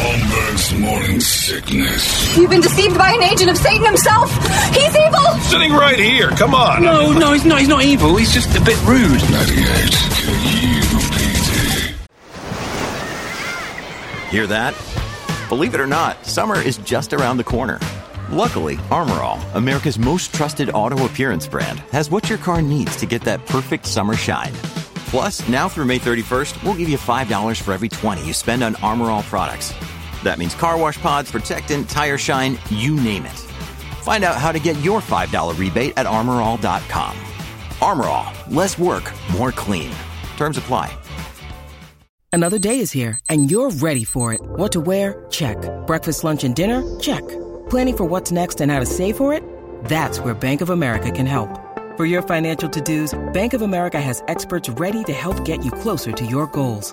this morning's sickness. You've been deceived by an agent of Satan himself. He's evil. Sitting right here. Come on. No, no, he's not. He's not evil. He's just a bit rude. 98 KUPD. Hear that? Believe it or not, summer is just around the corner. Luckily, Armorall, America's most trusted auto appearance brand, has what your car needs to get that perfect summer shine. Plus, now through May 31st, we'll give you $5 for every 20 you spend on Armorall products. That means car wash pods, protectant, tire shine, you name it. Find out how to get your $5 rebate at armorall.com. Armorall, less work, more clean. Terms apply. Another day is here, and you're ready for it. What to wear? Check. Breakfast, lunch, and dinner? Check. Planning for what's next and how to save for it? That's where Bank of America can help. For your financial to-dos, Bank of America has experts ready to help get you closer to your goals.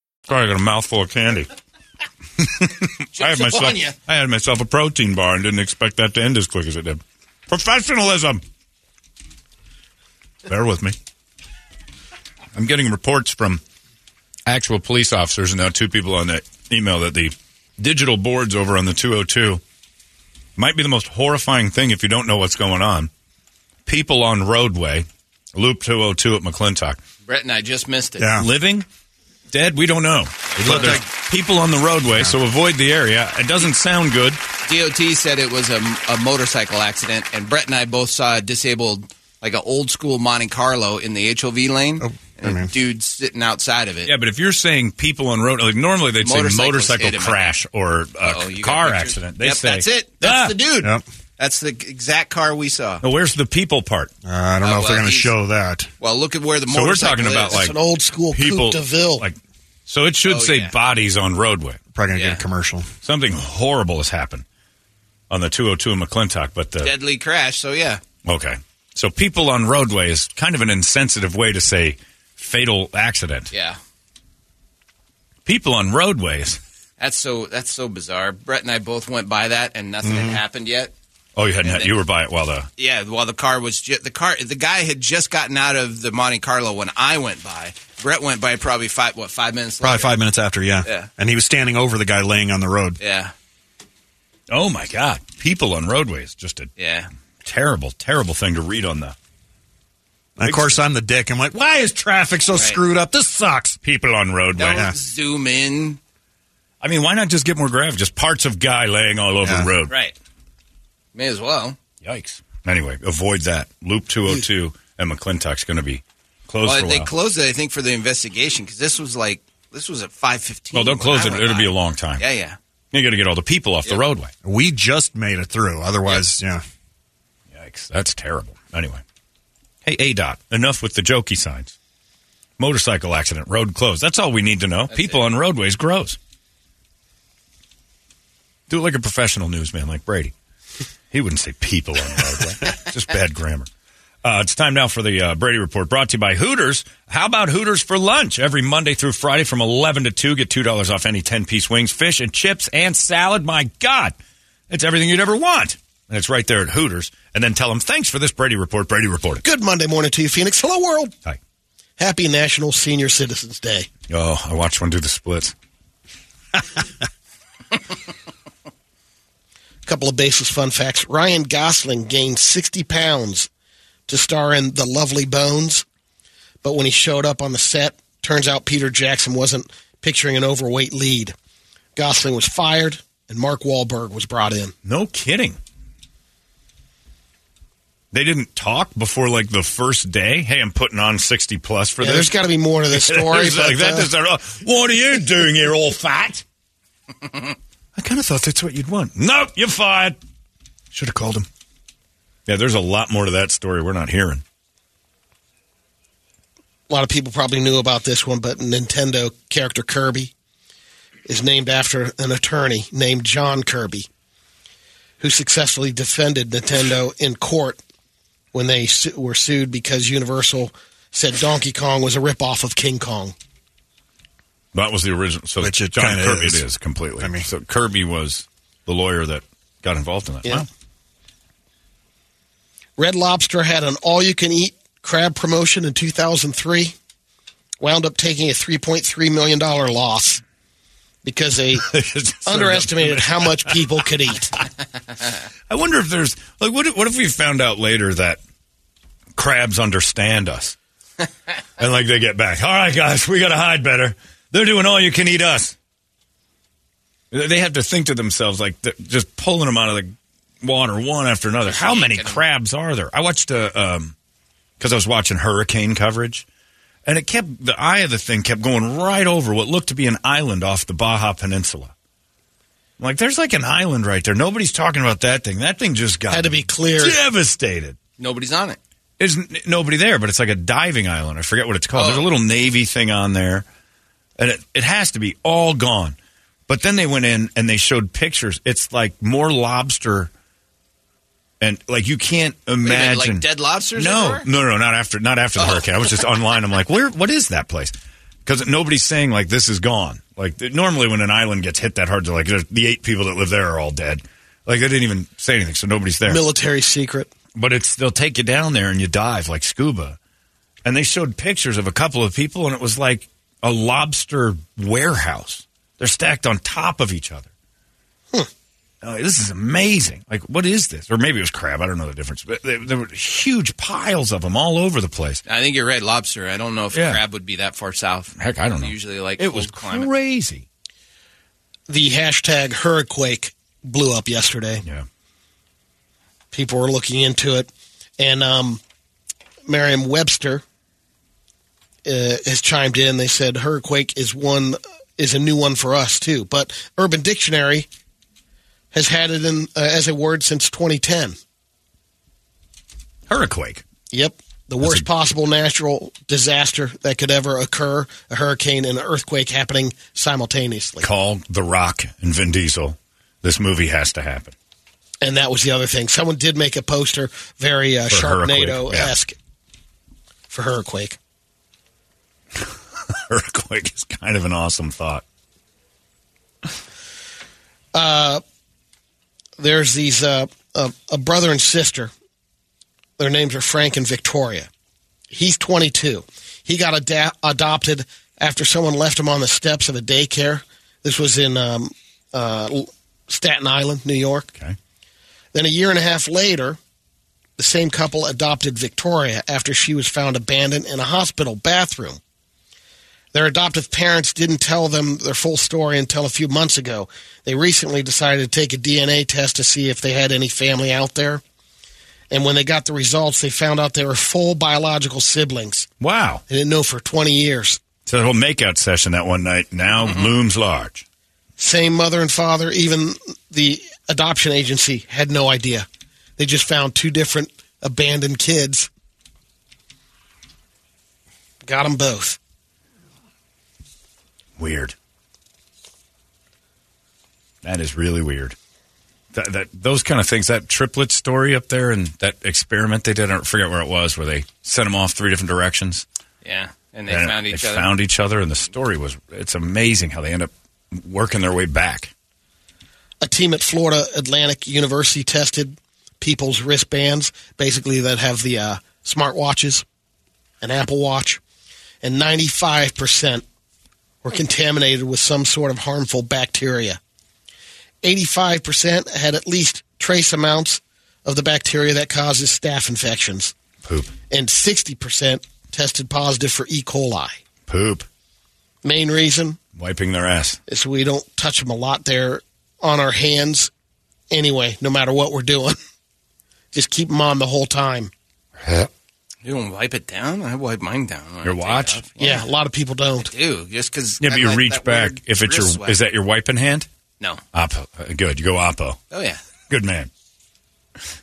Sorry, I got a mouthful of candy. I had myself. Lasagna. I had myself a protein bar and didn't expect that to end as quick as it did. Professionalism. Bear with me. I'm getting reports from actual police officers and now two people on that email that the digital boards over on the 202 might be the most horrifying thing if you don't know what's going on. People on roadway, loop 202 at McClintock. Brett and I just missed it. Living? Dead? We don't know. It looked like people on the roadway, so avoid the area. It doesn't sound good. DOT said it was a, a motorcycle accident, and Brett and I both saw a disabled, like an old school Monte Carlo in the HOV lane. Oh, and a dude sitting outside of it. Yeah, but if you're saying people on road, like normally they'd say Motorcycles motorcycle hit him. crash or a Uh-oh, you got car pictures? accident. They Yep, say that's it. That's Ah! the dude. Yep. That's the exact car we saw. Now, where's the people part? Uh, I don't Oh, know if well, they're going to he's- show that. Well, look at where the So we're motorcycle talking about is. like an old school Coupe people de Ville. Like, so it should Oh, say yeah. bodies on roadway. Probably going to Yeah. get a commercial. Something horrible has happened on the 202 in McClintock, but the deadly crash. So yeah, okay. So people on roadway is kind of an insensitive way to say fatal accident. yeah. People on roadways. That's so that's so bizarre. Brett and I both went by that, and nothing Mm-hmm. had happened yet. Oh, you hadn't. And Had, you were by it while the Yeah, while the car was ju- the car, the guy had just gotten out of the Monte Carlo when I went by. Brett went by probably five what five minutes. Probably later? five minutes after, yeah. Yeah. And he was standing over the guy laying on the road. Yeah, Oh my God! People on roadways. Just a yeah. terrible, terrible thing to read on the And of course, I'm the dick. I'm like, why is traffic so screwed up? This sucks. people on roadway. Don't Yeah. zoom in. I mean, why not just get more graphic? Just parts of guy laying all over Yeah. the road. Right. May as well. Yikes. Anyway, avoid that. Loop 202 and McClintock's going to be closed Well, for a they while. closed it, I think, for the investigation because this was like this was at five fifteen. well, don't close it. It'll be a long time. Yeah, yeah. You got to get all the people off the roadway. We just made it through. Otherwise, yeah. Yikes. That's terrible. Anyway. Hey, ADOT, enough with the jokey signs. Motorcycle accident, road closed. That's all we need to know. people on roadways, gross. Do it like a professional newsman like Brady. He wouldn't say people on the roadway. Just bad grammar. Uh, it's time now for the uh, Brady Report brought to you by Hooters. How about Hooters for lunch? Every Monday through Friday from 11 to 2, get $2 off any 10 piece wings, fish, and chips and salad. My God, it's everything you'd ever want. And it's right there at Hooters. And then tell them thanks for this Brady Report. Brady reported. Good Monday morning to you, Phoenix. Hello, world. Hi. Happy National Senior Citizens Day. Oh, I watched one do the splits. couple of basis fun facts. Ryan Gosling gained 60 pounds to star in The Lovely Bones, but when he showed up on the set, turns out Peter Jackson wasn't picturing an overweight lead. Gosling was fired, and Mark Wahlberg was brought in. No kidding. They didn't talk before like the first day. Hey, I'm putting on 60 plus for Yeah, this. there's got to be more to this There's story. but, like, that uh, doesn't- what are you doing here, all fat? I kind of thought that's what you'd want. Nope, you're fired. Should have called him. Yeah, there's a lot more to that story we're not hearing. a lot of people probably knew about this one, but Nintendo character Kirby is named after an attorney named John Kirby, who successfully defended Nintendo in court when they su- were sued because Universal said Donkey Kong was a ripoff of King Kong. That was the original. So Which it John kinda Kirby is. it is completely. I mean- so Kirby was the lawyer that got involved in that. Yeah. Wow. Red Lobster had an all you can eat crab promotion in 2003, wound up taking a $3.3 million loss because they underestimated how much people could eat. I wonder if there's like what if, what if we found out later that crabs understand us and like they get back. All right, guys, we got to hide better. They're doing all you can eat us. They have to think to themselves like th- just pulling them out of the water one after another. How many crabs are there? I watched a um because I was watching hurricane coverage. And it kept the eye of the thing kept going right over what looked to be an island off the Baja Peninsula. I'm like, there's like an island right there. Nobody's talking about that thing. That thing just got Had to be cleared. devastated. Nobody's on it. There's n- nobody there, but it's like a diving island. I forget what it's called. There's Oh. a little navy thing on there, and it, it has to be all gone. But then they went in and they showed pictures. It's like more lobster, and like you can't Wait a minute, imagine like dead lobsters. no, everywhere? no, no, not after, not after the Oh. hurricane. I was just online. I'm like, where? What is that place? Because nobody's saying like this is gone. Like th- normally when an island gets hit that hard, they're like "There's- the eight people that live there are all dead. Like they didn't even say anything, so nobody's there. Military secret. but it's they'll take you down there and you dive like scuba. And they showed pictures of a couple of people, and it was like a lobster warehouse. They're stacked on top of each other. I'm like, this is amazing. Like, what is this? Or maybe it was crab. I don't know the difference. But there, there were huge piles of them all over the place. I think you're right. Lobster. I don't know if Yeah. crab would be that far south. Heck, I don't know. Usually, like It was cold climate. crazy. the hashtag hurricane blew up yesterday. Yeah. People were looking into it, and um, Merriam Webster uh, has chimed in. They said hurricane is one is a new one for us too, but Urban Dictionary has had it in uh, as a word since 2010. Hurricane. Yep. The worst possible natural disaster that could ever occur, a hurricane and an earthquake happening simultaneously. Call The Rock and Vin Diesel. This movie has to happen. And that was the other thing. Someone did make a poster very uh, For Hurricane, Sharknado esque for Hurricane. Hurricane is kind of an awesome thought. There's these uh, a, a brother and sister. Their names are Frank and Victoria. He's 22. He got ada- adopted after someone left him on the steps of a daycare. This was in um, uh, L- Staten Island, New York. Okay. Then a year and a half later, the same couple adopted Victoria after she was found abandoned in a hospital bathroom. Their adoptive parents didn't tell them their full story until a few months ago. They recently decided to take a DNA test to see if they had any family out there. And when they got the results, they found out they were full biological siblings. Wow. They didn't know for 20 years. Mm-hmm. So the whole makeout session that one night now looms large. Same mother and father, even the adoption agency had no idea. They just found two different abandoned kids. Got them both. Weird. That is really weird. That, that those kind of things. That triplet story up there, and that experiment they did. I don't forget where it was, where they sent them off three different directions. Yeah, and they And found each they other. found each other, and the story was. It's amazing how they end up working their way back. A team at Florida Atlantic University tested people's wristbands, basically, that have the uh, smartwatches, an Apple Watch, and 95% were contaminated with some sort of harmful bacteria. 85% had at least trace amounts of the bacteria that causes staph infections. Poop, and 60% tested positive for E. coli. poop, Main reason wiping their ass. is we don't touch them a lot there on our hands anyway, no matter what we're doing. Just keep them on the whole time. You don't wipe it down. I wipe mine down. when Oh, I Your take watch? off. Yeah, a lot of people don't. do just because. Yeah, but you reach back. If it's your, is that your wiping hand? No. Oppo. Uh, Good. You go Oppo. Oh yeah. Good man.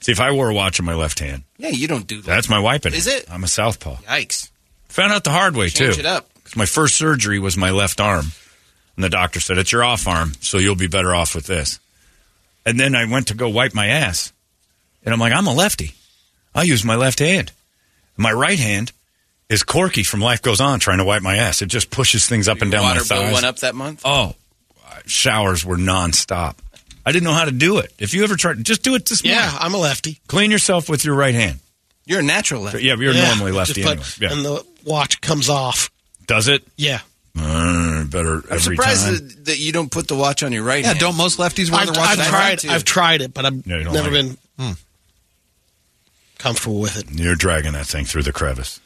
See, if I wore a watch in my left hand, Yeah, you don't do that. that's my wiping. Is hand. it? I'm a southpaw. Yikes. Found out the hard way Change too. it up. 'Cause My first surgery was my left arm, and the doctor said it's your off arm, so you'll be better off with this. And then I went to go wipe my ass, and I'm like, I'm a lefty. I use my left hand. My right hand is Corky from Life Goes On trying to wipe my ass. It just pushes things up and down Water my bill thighs. went up that month. Oh, uh, showers were nonstop. I didn't know how to do it. If you ever tried, just do it this Yeah, morning. I'm a lefty. Clean yourself with your right hand. You're a natural left. Yeah, you're Yeah, normally just lefty put- anyway. Yeah. And the watch comes off. Does it? Yeah. Uh, better I'm every surprised time. that, that you don't put the watch on your right Yeah, hand. don't most lefties wear I've, their watch? I've on their right? Hmm. tried too. I've tried it, but I've No, you don't never like been comfortable with it. You're dragging that thing through the crevice.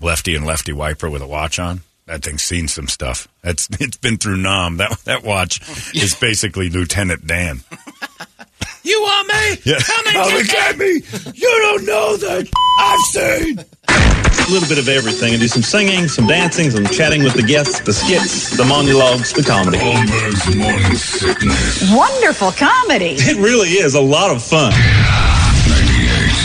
lefty and lefty wiper with a watch on. That thing's seen some stuff. That's it's been through Nom. That that watch is basically Lieutenant Dan. You want me? Yeah. Come and get me. You don't know that I've seen. a little bit of everything and do some singing, some dancing, some chatting with the guests, the skits, the monologues, the comedy. Holmberg's Morning Sickness. Wonderful comedy. It really is a lot of fun. 98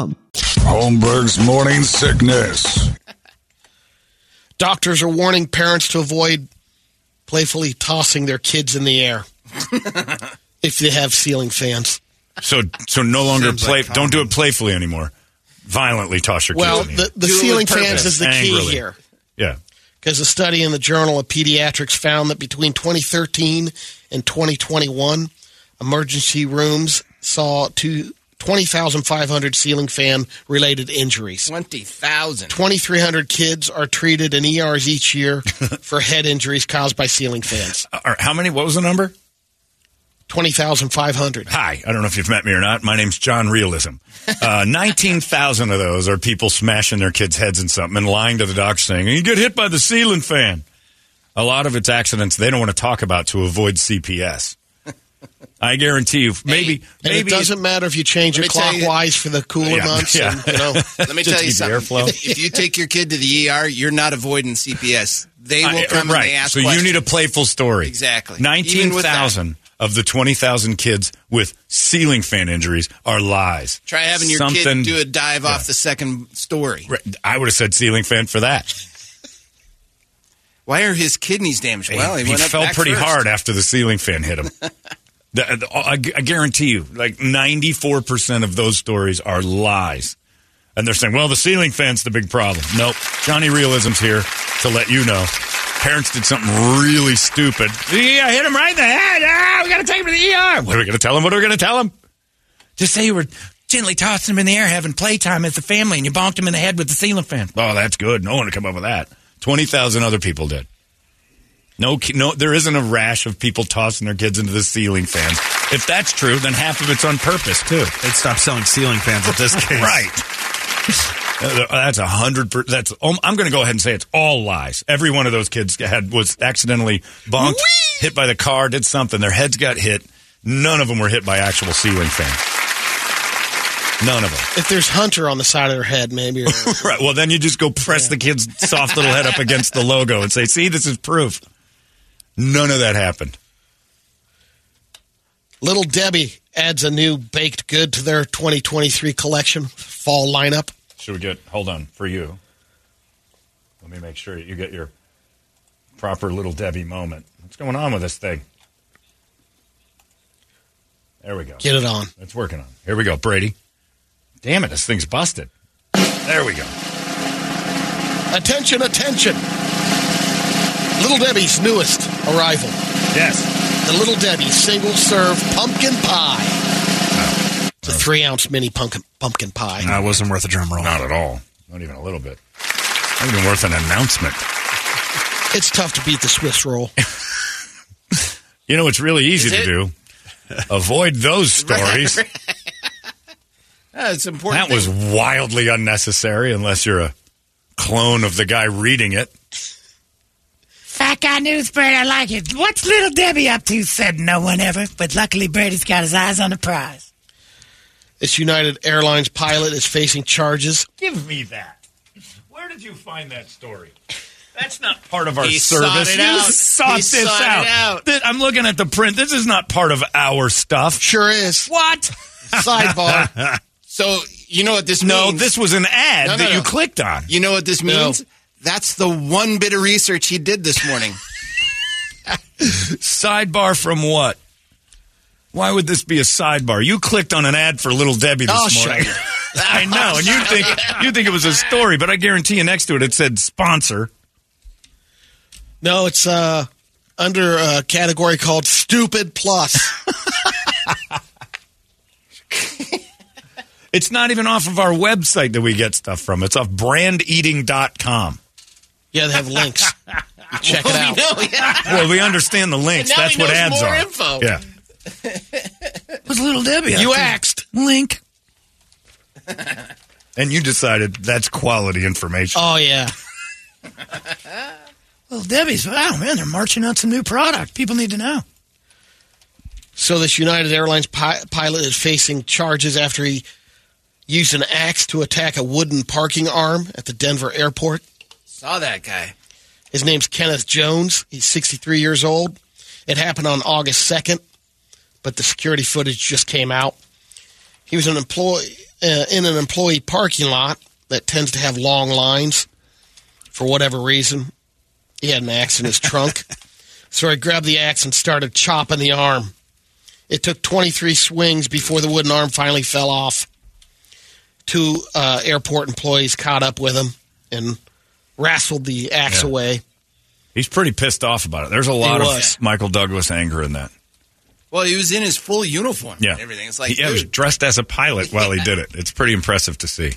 Holmberg's Morning Sickness. Doctors are warning parents to avoid playfully tossing their kids in the air if they have ceiling fans. So so no longer Seems play. like don't do it playfully anymore. Violently toss your Well, kids. in the, Do the it with ceiling purpose, fans is the key angrily. here yeah. because a study in the Journal of Pediatrics found that between 2013 and 2021, emergency rooms saw two, 20,500 ceiling fan related injuries. Twenty thousand. 2,300 kids are treated in ERs each year for head injuries caused by ceiling fans. Uh, All right, how many? What was the number? 20,500. Hi, I don't know if you've met me or not. My name's John Realism. Uh, 19,000 of those are people smashing their kids' heads in something and lying to the doctor saying, you get hit by the ceiling fan. A lot of it's accidents they don't want to talk about to avoid CPS. I guarantee you, maybe, And maybe it doesn't matter if you change Let it me tell you- clockwise for the cooler Yeah, months. yeah. And, you know, Let me tell you keep the something. airflow. If, if you take your kid to the ER, you're not avoiding CPS. They will I- uh, come right. and they ask so questions. you need a playful story. Exactly. Even with that. 19,000 of the 20,000 kids with ceiling fan injuries are lies. Try having your Something- kid do a dive off the second story. Right. I would have said ceiling fan for that. Why are his kidneys damaged? well, he, he went up fell back pretty first. hard after the ceiling fan hit him. The- the- I, gu- I guarantee you, like 94% of those stories are lies. And they're saying, well, the ceiling fan's the big problem. Nope. Johnny Realism's here to let you know. Parents did something really stupid. Yeah, I hit him right in the head. Ah, we got to take him to the ER. What are we going to tell him? What are we going to tell him? Just say you were gently tossing him in the air, having playtime as a family, and you bonked him in the head with the ceiling fan. Oh, that's good. No one would come up with that. 20,000 other people did. No, ki- no, there isn't a rash of people tossing their kids into the ceiling fans. If that's true, then half of it's on purpose too. They'd stop selling ceiling fans at this case. Uh, That's a hundred. per- That's. um, I'm going to go ahead and say it's all lies. Every one of those kids had was accidentally bonked, hit by the car, did something. Their heads got hit. None of them were hit by actual ceiling fans. None of them. if there's Hunter on the side of their head, maybe. Or, Right. Well, then you just go press the kid's soft little head up against the logo and say, "See, this is proof." None of that happened. Little Debbie adds a new baked good to their 2023 collection, fall lineup. Should we get? Hold on for you. Let me make sure you get your proper little Debbie moment. What's going on with this thing? There we go. Get it on. It's working on. Here we go, Brady. Damn it, this thing's busted. There we go. Attention, attention. Little Debbie's newest arrival. Yes. The Little Debbie single serve pumpkin pie. It's a three ounce mini pumpkin, pumpkin pie. That wasn't worth a drum roll. Not at all. Not even a little bit. Not even worth an announcement. It's tough to beat the Swiss roll. You know, it's really easy Is to it? do. Avoid those stories. That's important. that was wildly unnecessary, unless you're a clone of the guy reading it. Fat guy news, Bird. I like it. What's little Debbie up to? Said no one ever. But luckily, Birdie's got his eyes on the prize. This United Airlines pilot is facing charges. Give me that. Where did you find that story? That's not part of our He sought service. it you out. sought He this sought out. it out. Th- I'm looking at the print. This is not part of our stuff. Sure is. What? Sidebar. so you know what this no, means? this was an ad No, no, that no. you clicked on. You know what this No. means? That's the one bit of research he did this morning. Sidebar from what? Why would this be a sidebar? You clicked on an ad for Little Debbie this Oh, shut morning. up. I know, and you think you think it was a story, but I guarantee you, next to it, it said sponsor. No, it's uh, under a category called Stupid Plus. It's not even off of our website that we get stuff from. It's off brandeating.com. Yeah, they have links. You check it out. No, yeah. Well, we understand the links. And now That's he what knows ads more are. info. Yeah. What's little Debbie? up You to? axed. Link. And you decided that's quality information. Oh yeah. Little Debbie's. Wow, man, they're marching out some new product. People need to know. So this United Airlines pi- pilot is facing charges after he used an axe to attack a wooden parking arm at the Denver airport. Saw that guy. His name's Kenneth Jones. He's 63 years old. It happened on August 2nd, but the security footage just came out. He was an employee uh, in an employee parking lot that tends to have long lines. For whatever reason, he had an axe in his trunk, so he grabbed the axe and started chopping the arm. It took 23 swings before the wooden arm finally fell off. Two uh, airport employees caught up with him and wrestled the axe Yeah. away. He's pretty pissed off about it. There's a lot He of was. Michael Douglas anger in that. Well, he was in his full uniform. Yeah. and everything. It's like he, yeah, he was dude, dressed as a pilot while he did it. It's pretty impressive to see.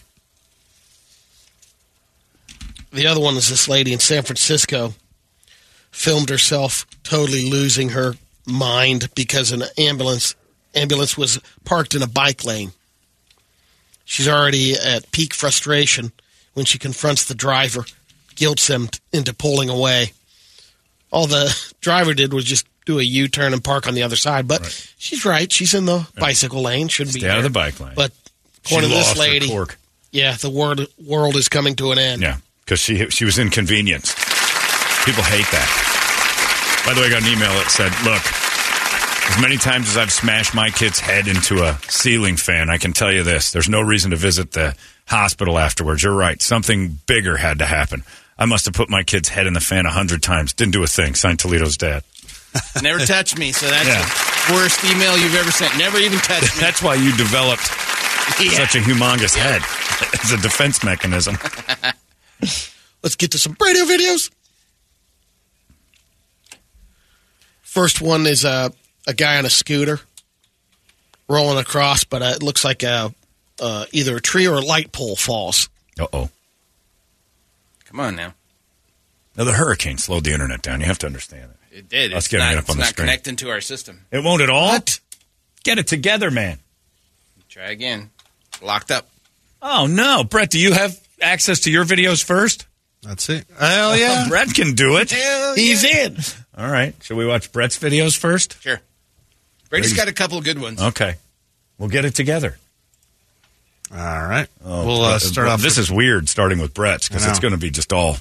The other one is this lady in San Francisco filmed herself totally losing her mind because an ambulance ambulance was parked in a bike lane. She's already at peak frustration when she confronts the driver, guilts him t- into pulling away. All the driver did was just do a U-turn and park on the other side, but she's right. She's in the bicycle lane. Shouldn't Stay be out of there. the bike lane. But She according to lost this her lady, cork. yeah, the world world is coming to an end. Yeah, because she she was inconvenienced. People hate that. By the way, I got an email that said, "Look, as many times as I've smashed my kid's head into a ceiling fan, I can tell you this: there's no reason to visit the hospital afterwards. You're right; something bigger had to happen. I must have put my kid's head in the fan a hundred times. Didn't do a thing." Signed Toledo's dad. never touch me. So that's Yeah. the worst email you've ever sent. Never even touched me. That's why you developed such a humongous head as a defense mechanism. Let's get to some radio videos. First one is a a guy on a scooter rolling across, but uh, it looks like a uh, either a tree or a light pole falls. Uh oh. Come on now. Now the hurricane slowed the internet down. You have to understand it. It did. Let's it's get it not, up on it's the not screen. connecting to our system. It won't at all. Get it together, man. Try again. Locked up. Oh no, Brett, do you have access to your videos first? That's it. Hell yeah. Brett can do it. He's in. All right. Should we watch Brett's videos first? Sure. Brady's Brady's- got a couple of good ones. Okay. We'll get it together. All right. Oh, we'll uh, Brett- start well, off. This with- is weird starting with Brett's because I it's know. going to be just all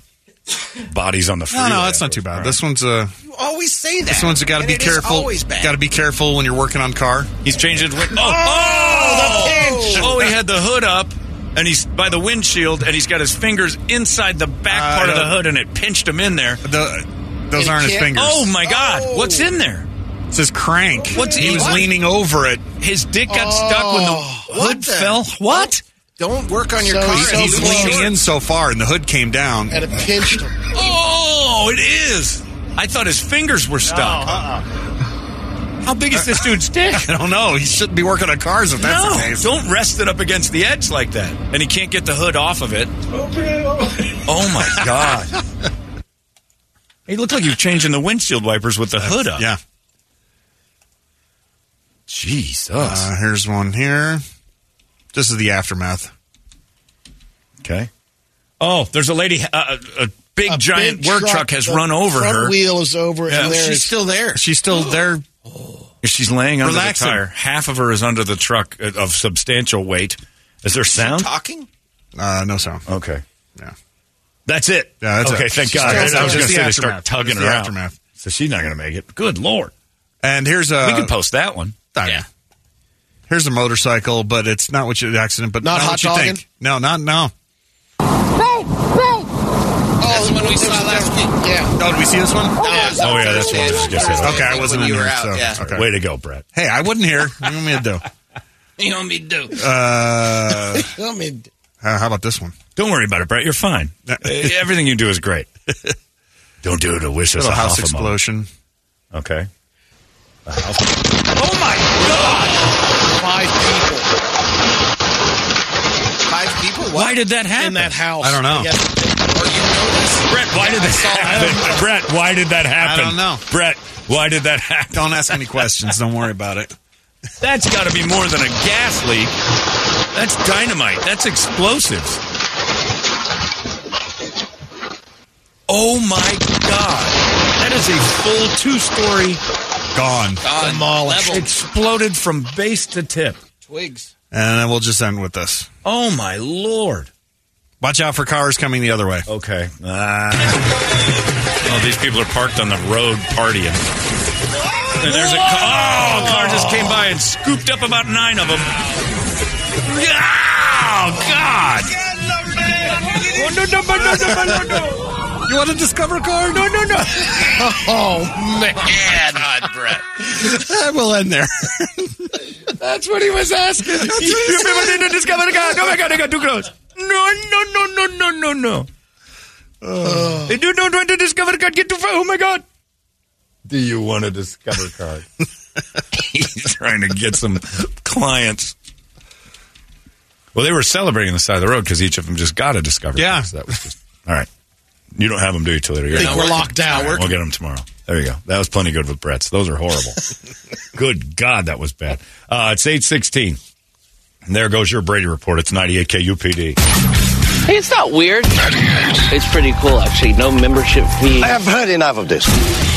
bodies on the No, freeway. no, that's not too bad. This one's uh, You always say that. this one's got to And be it is careful. Always bad. Got to be careful when you're working on car. He's changed his window. Oh, oh, the pinch! oh, he had the hood up and he's by the windshield and he's got his fingers inside the back Uh, part of the no. hood and it pinched him in there. The, those It aren't his can't- fingers. Oh my God. Oh. What's in there? It says crank. What's he he- was what? leaning over it. His dick got stuck when the Oh. what hood the- fell. Oh, What? Don't work on your So car. he's and He's leave it leaning short. in so far, and the hood came down. And it pinched him. Oh, it is. I thought his fingers were stuck. How big is this dude's dick? I don't know. He shouldn't be working on cars if that's the No, case. don't rest it up against the edge like that. And he can't get the hood off of it. Oh my god. You look like you're changing the windshield wipers with the hood up. Yeah. Jesus. Uh, here's one here. This is the aftermath. Okay. Oh, there's a lady. Uh, a big giant work truck, has run over front her. Wheel is over, Yeah. and there She's is- still there. She's still there. She's laying under Relaxing. the tire. Half of her is under the truck uh, of substantial weight. Is there sound? talking? Uh, no sound. Okay. Yeah. That's it. Yeah, that's okay, it. thank She's God. still I was there. It's going to the say they start aftermath. tugging It's her the out. aftermath. So she's not going to make it. Good Lord. And here's uh, a. we can post that one. Yeah. Here's a motorcycle, but it's not what you the accident, but Not not, hot what you dogging? think. No, not no. Oh, That's the one we saw last week. Yeah. Oh, did we see this one? Oh, yeah, that's one. Yes, yes. Okay, I wasn't When in you were here. out, so- yeah. okay. Way to go, Brett. Hey, I wasn't here. What do you want me to do? You know me, do. Uh, I mean, uh, how about this one? Don't worry about it, Brett. You're fine. Uh, Everything you do is great. Don't do it to wish us Little a house Hoffman. explosion. Okay. Oh, five people. Five people? What? Why did that happen? in that house. I don't know. guess. Brett, why did that happen? Brett, why did that happen? I don't know. Brett, why did that happen? Don't ask any questions. Don't worry about it. That's got to be more than a gas leak. That's dynamite. That's explosives. Oh my God. That is a full two story Gone. God, level exploded from base to tip. twigs. And then we'll just end with this. Oh my Lord. Watch out for cars coming the other way. Okay. Ah. oh, these people are parked on the road partying. And there's a car. Oh, a car just came by and scooped up about nine of them. Oh, God. You want to discover car? No, no, no. Oh man, Yeah, God, Brett. we'll end there. that's what he was asking. Oh, my God, I got too close. No, no, no, no, no, no, no. They do not want to discover card. Get too far. Oh, my God. Do you want a discover card? He's trying to get some clients. Well, they were celebrating on the side of the road because each of them just got a discover Yeah. card. So that was just, all right. You don't have them, do you, Toledo? You're I think not we're working. locked down. All right, we'll get them tomorrow. There you go. That was plenty good with Brett's. Those are horrible. good God, that was bad. Uh, it's 816. And there goes your Brady report. It's 98 KUPD. Hey, it's not weird. It's pretty cool, actually. No membership fee. I have heard enough of this.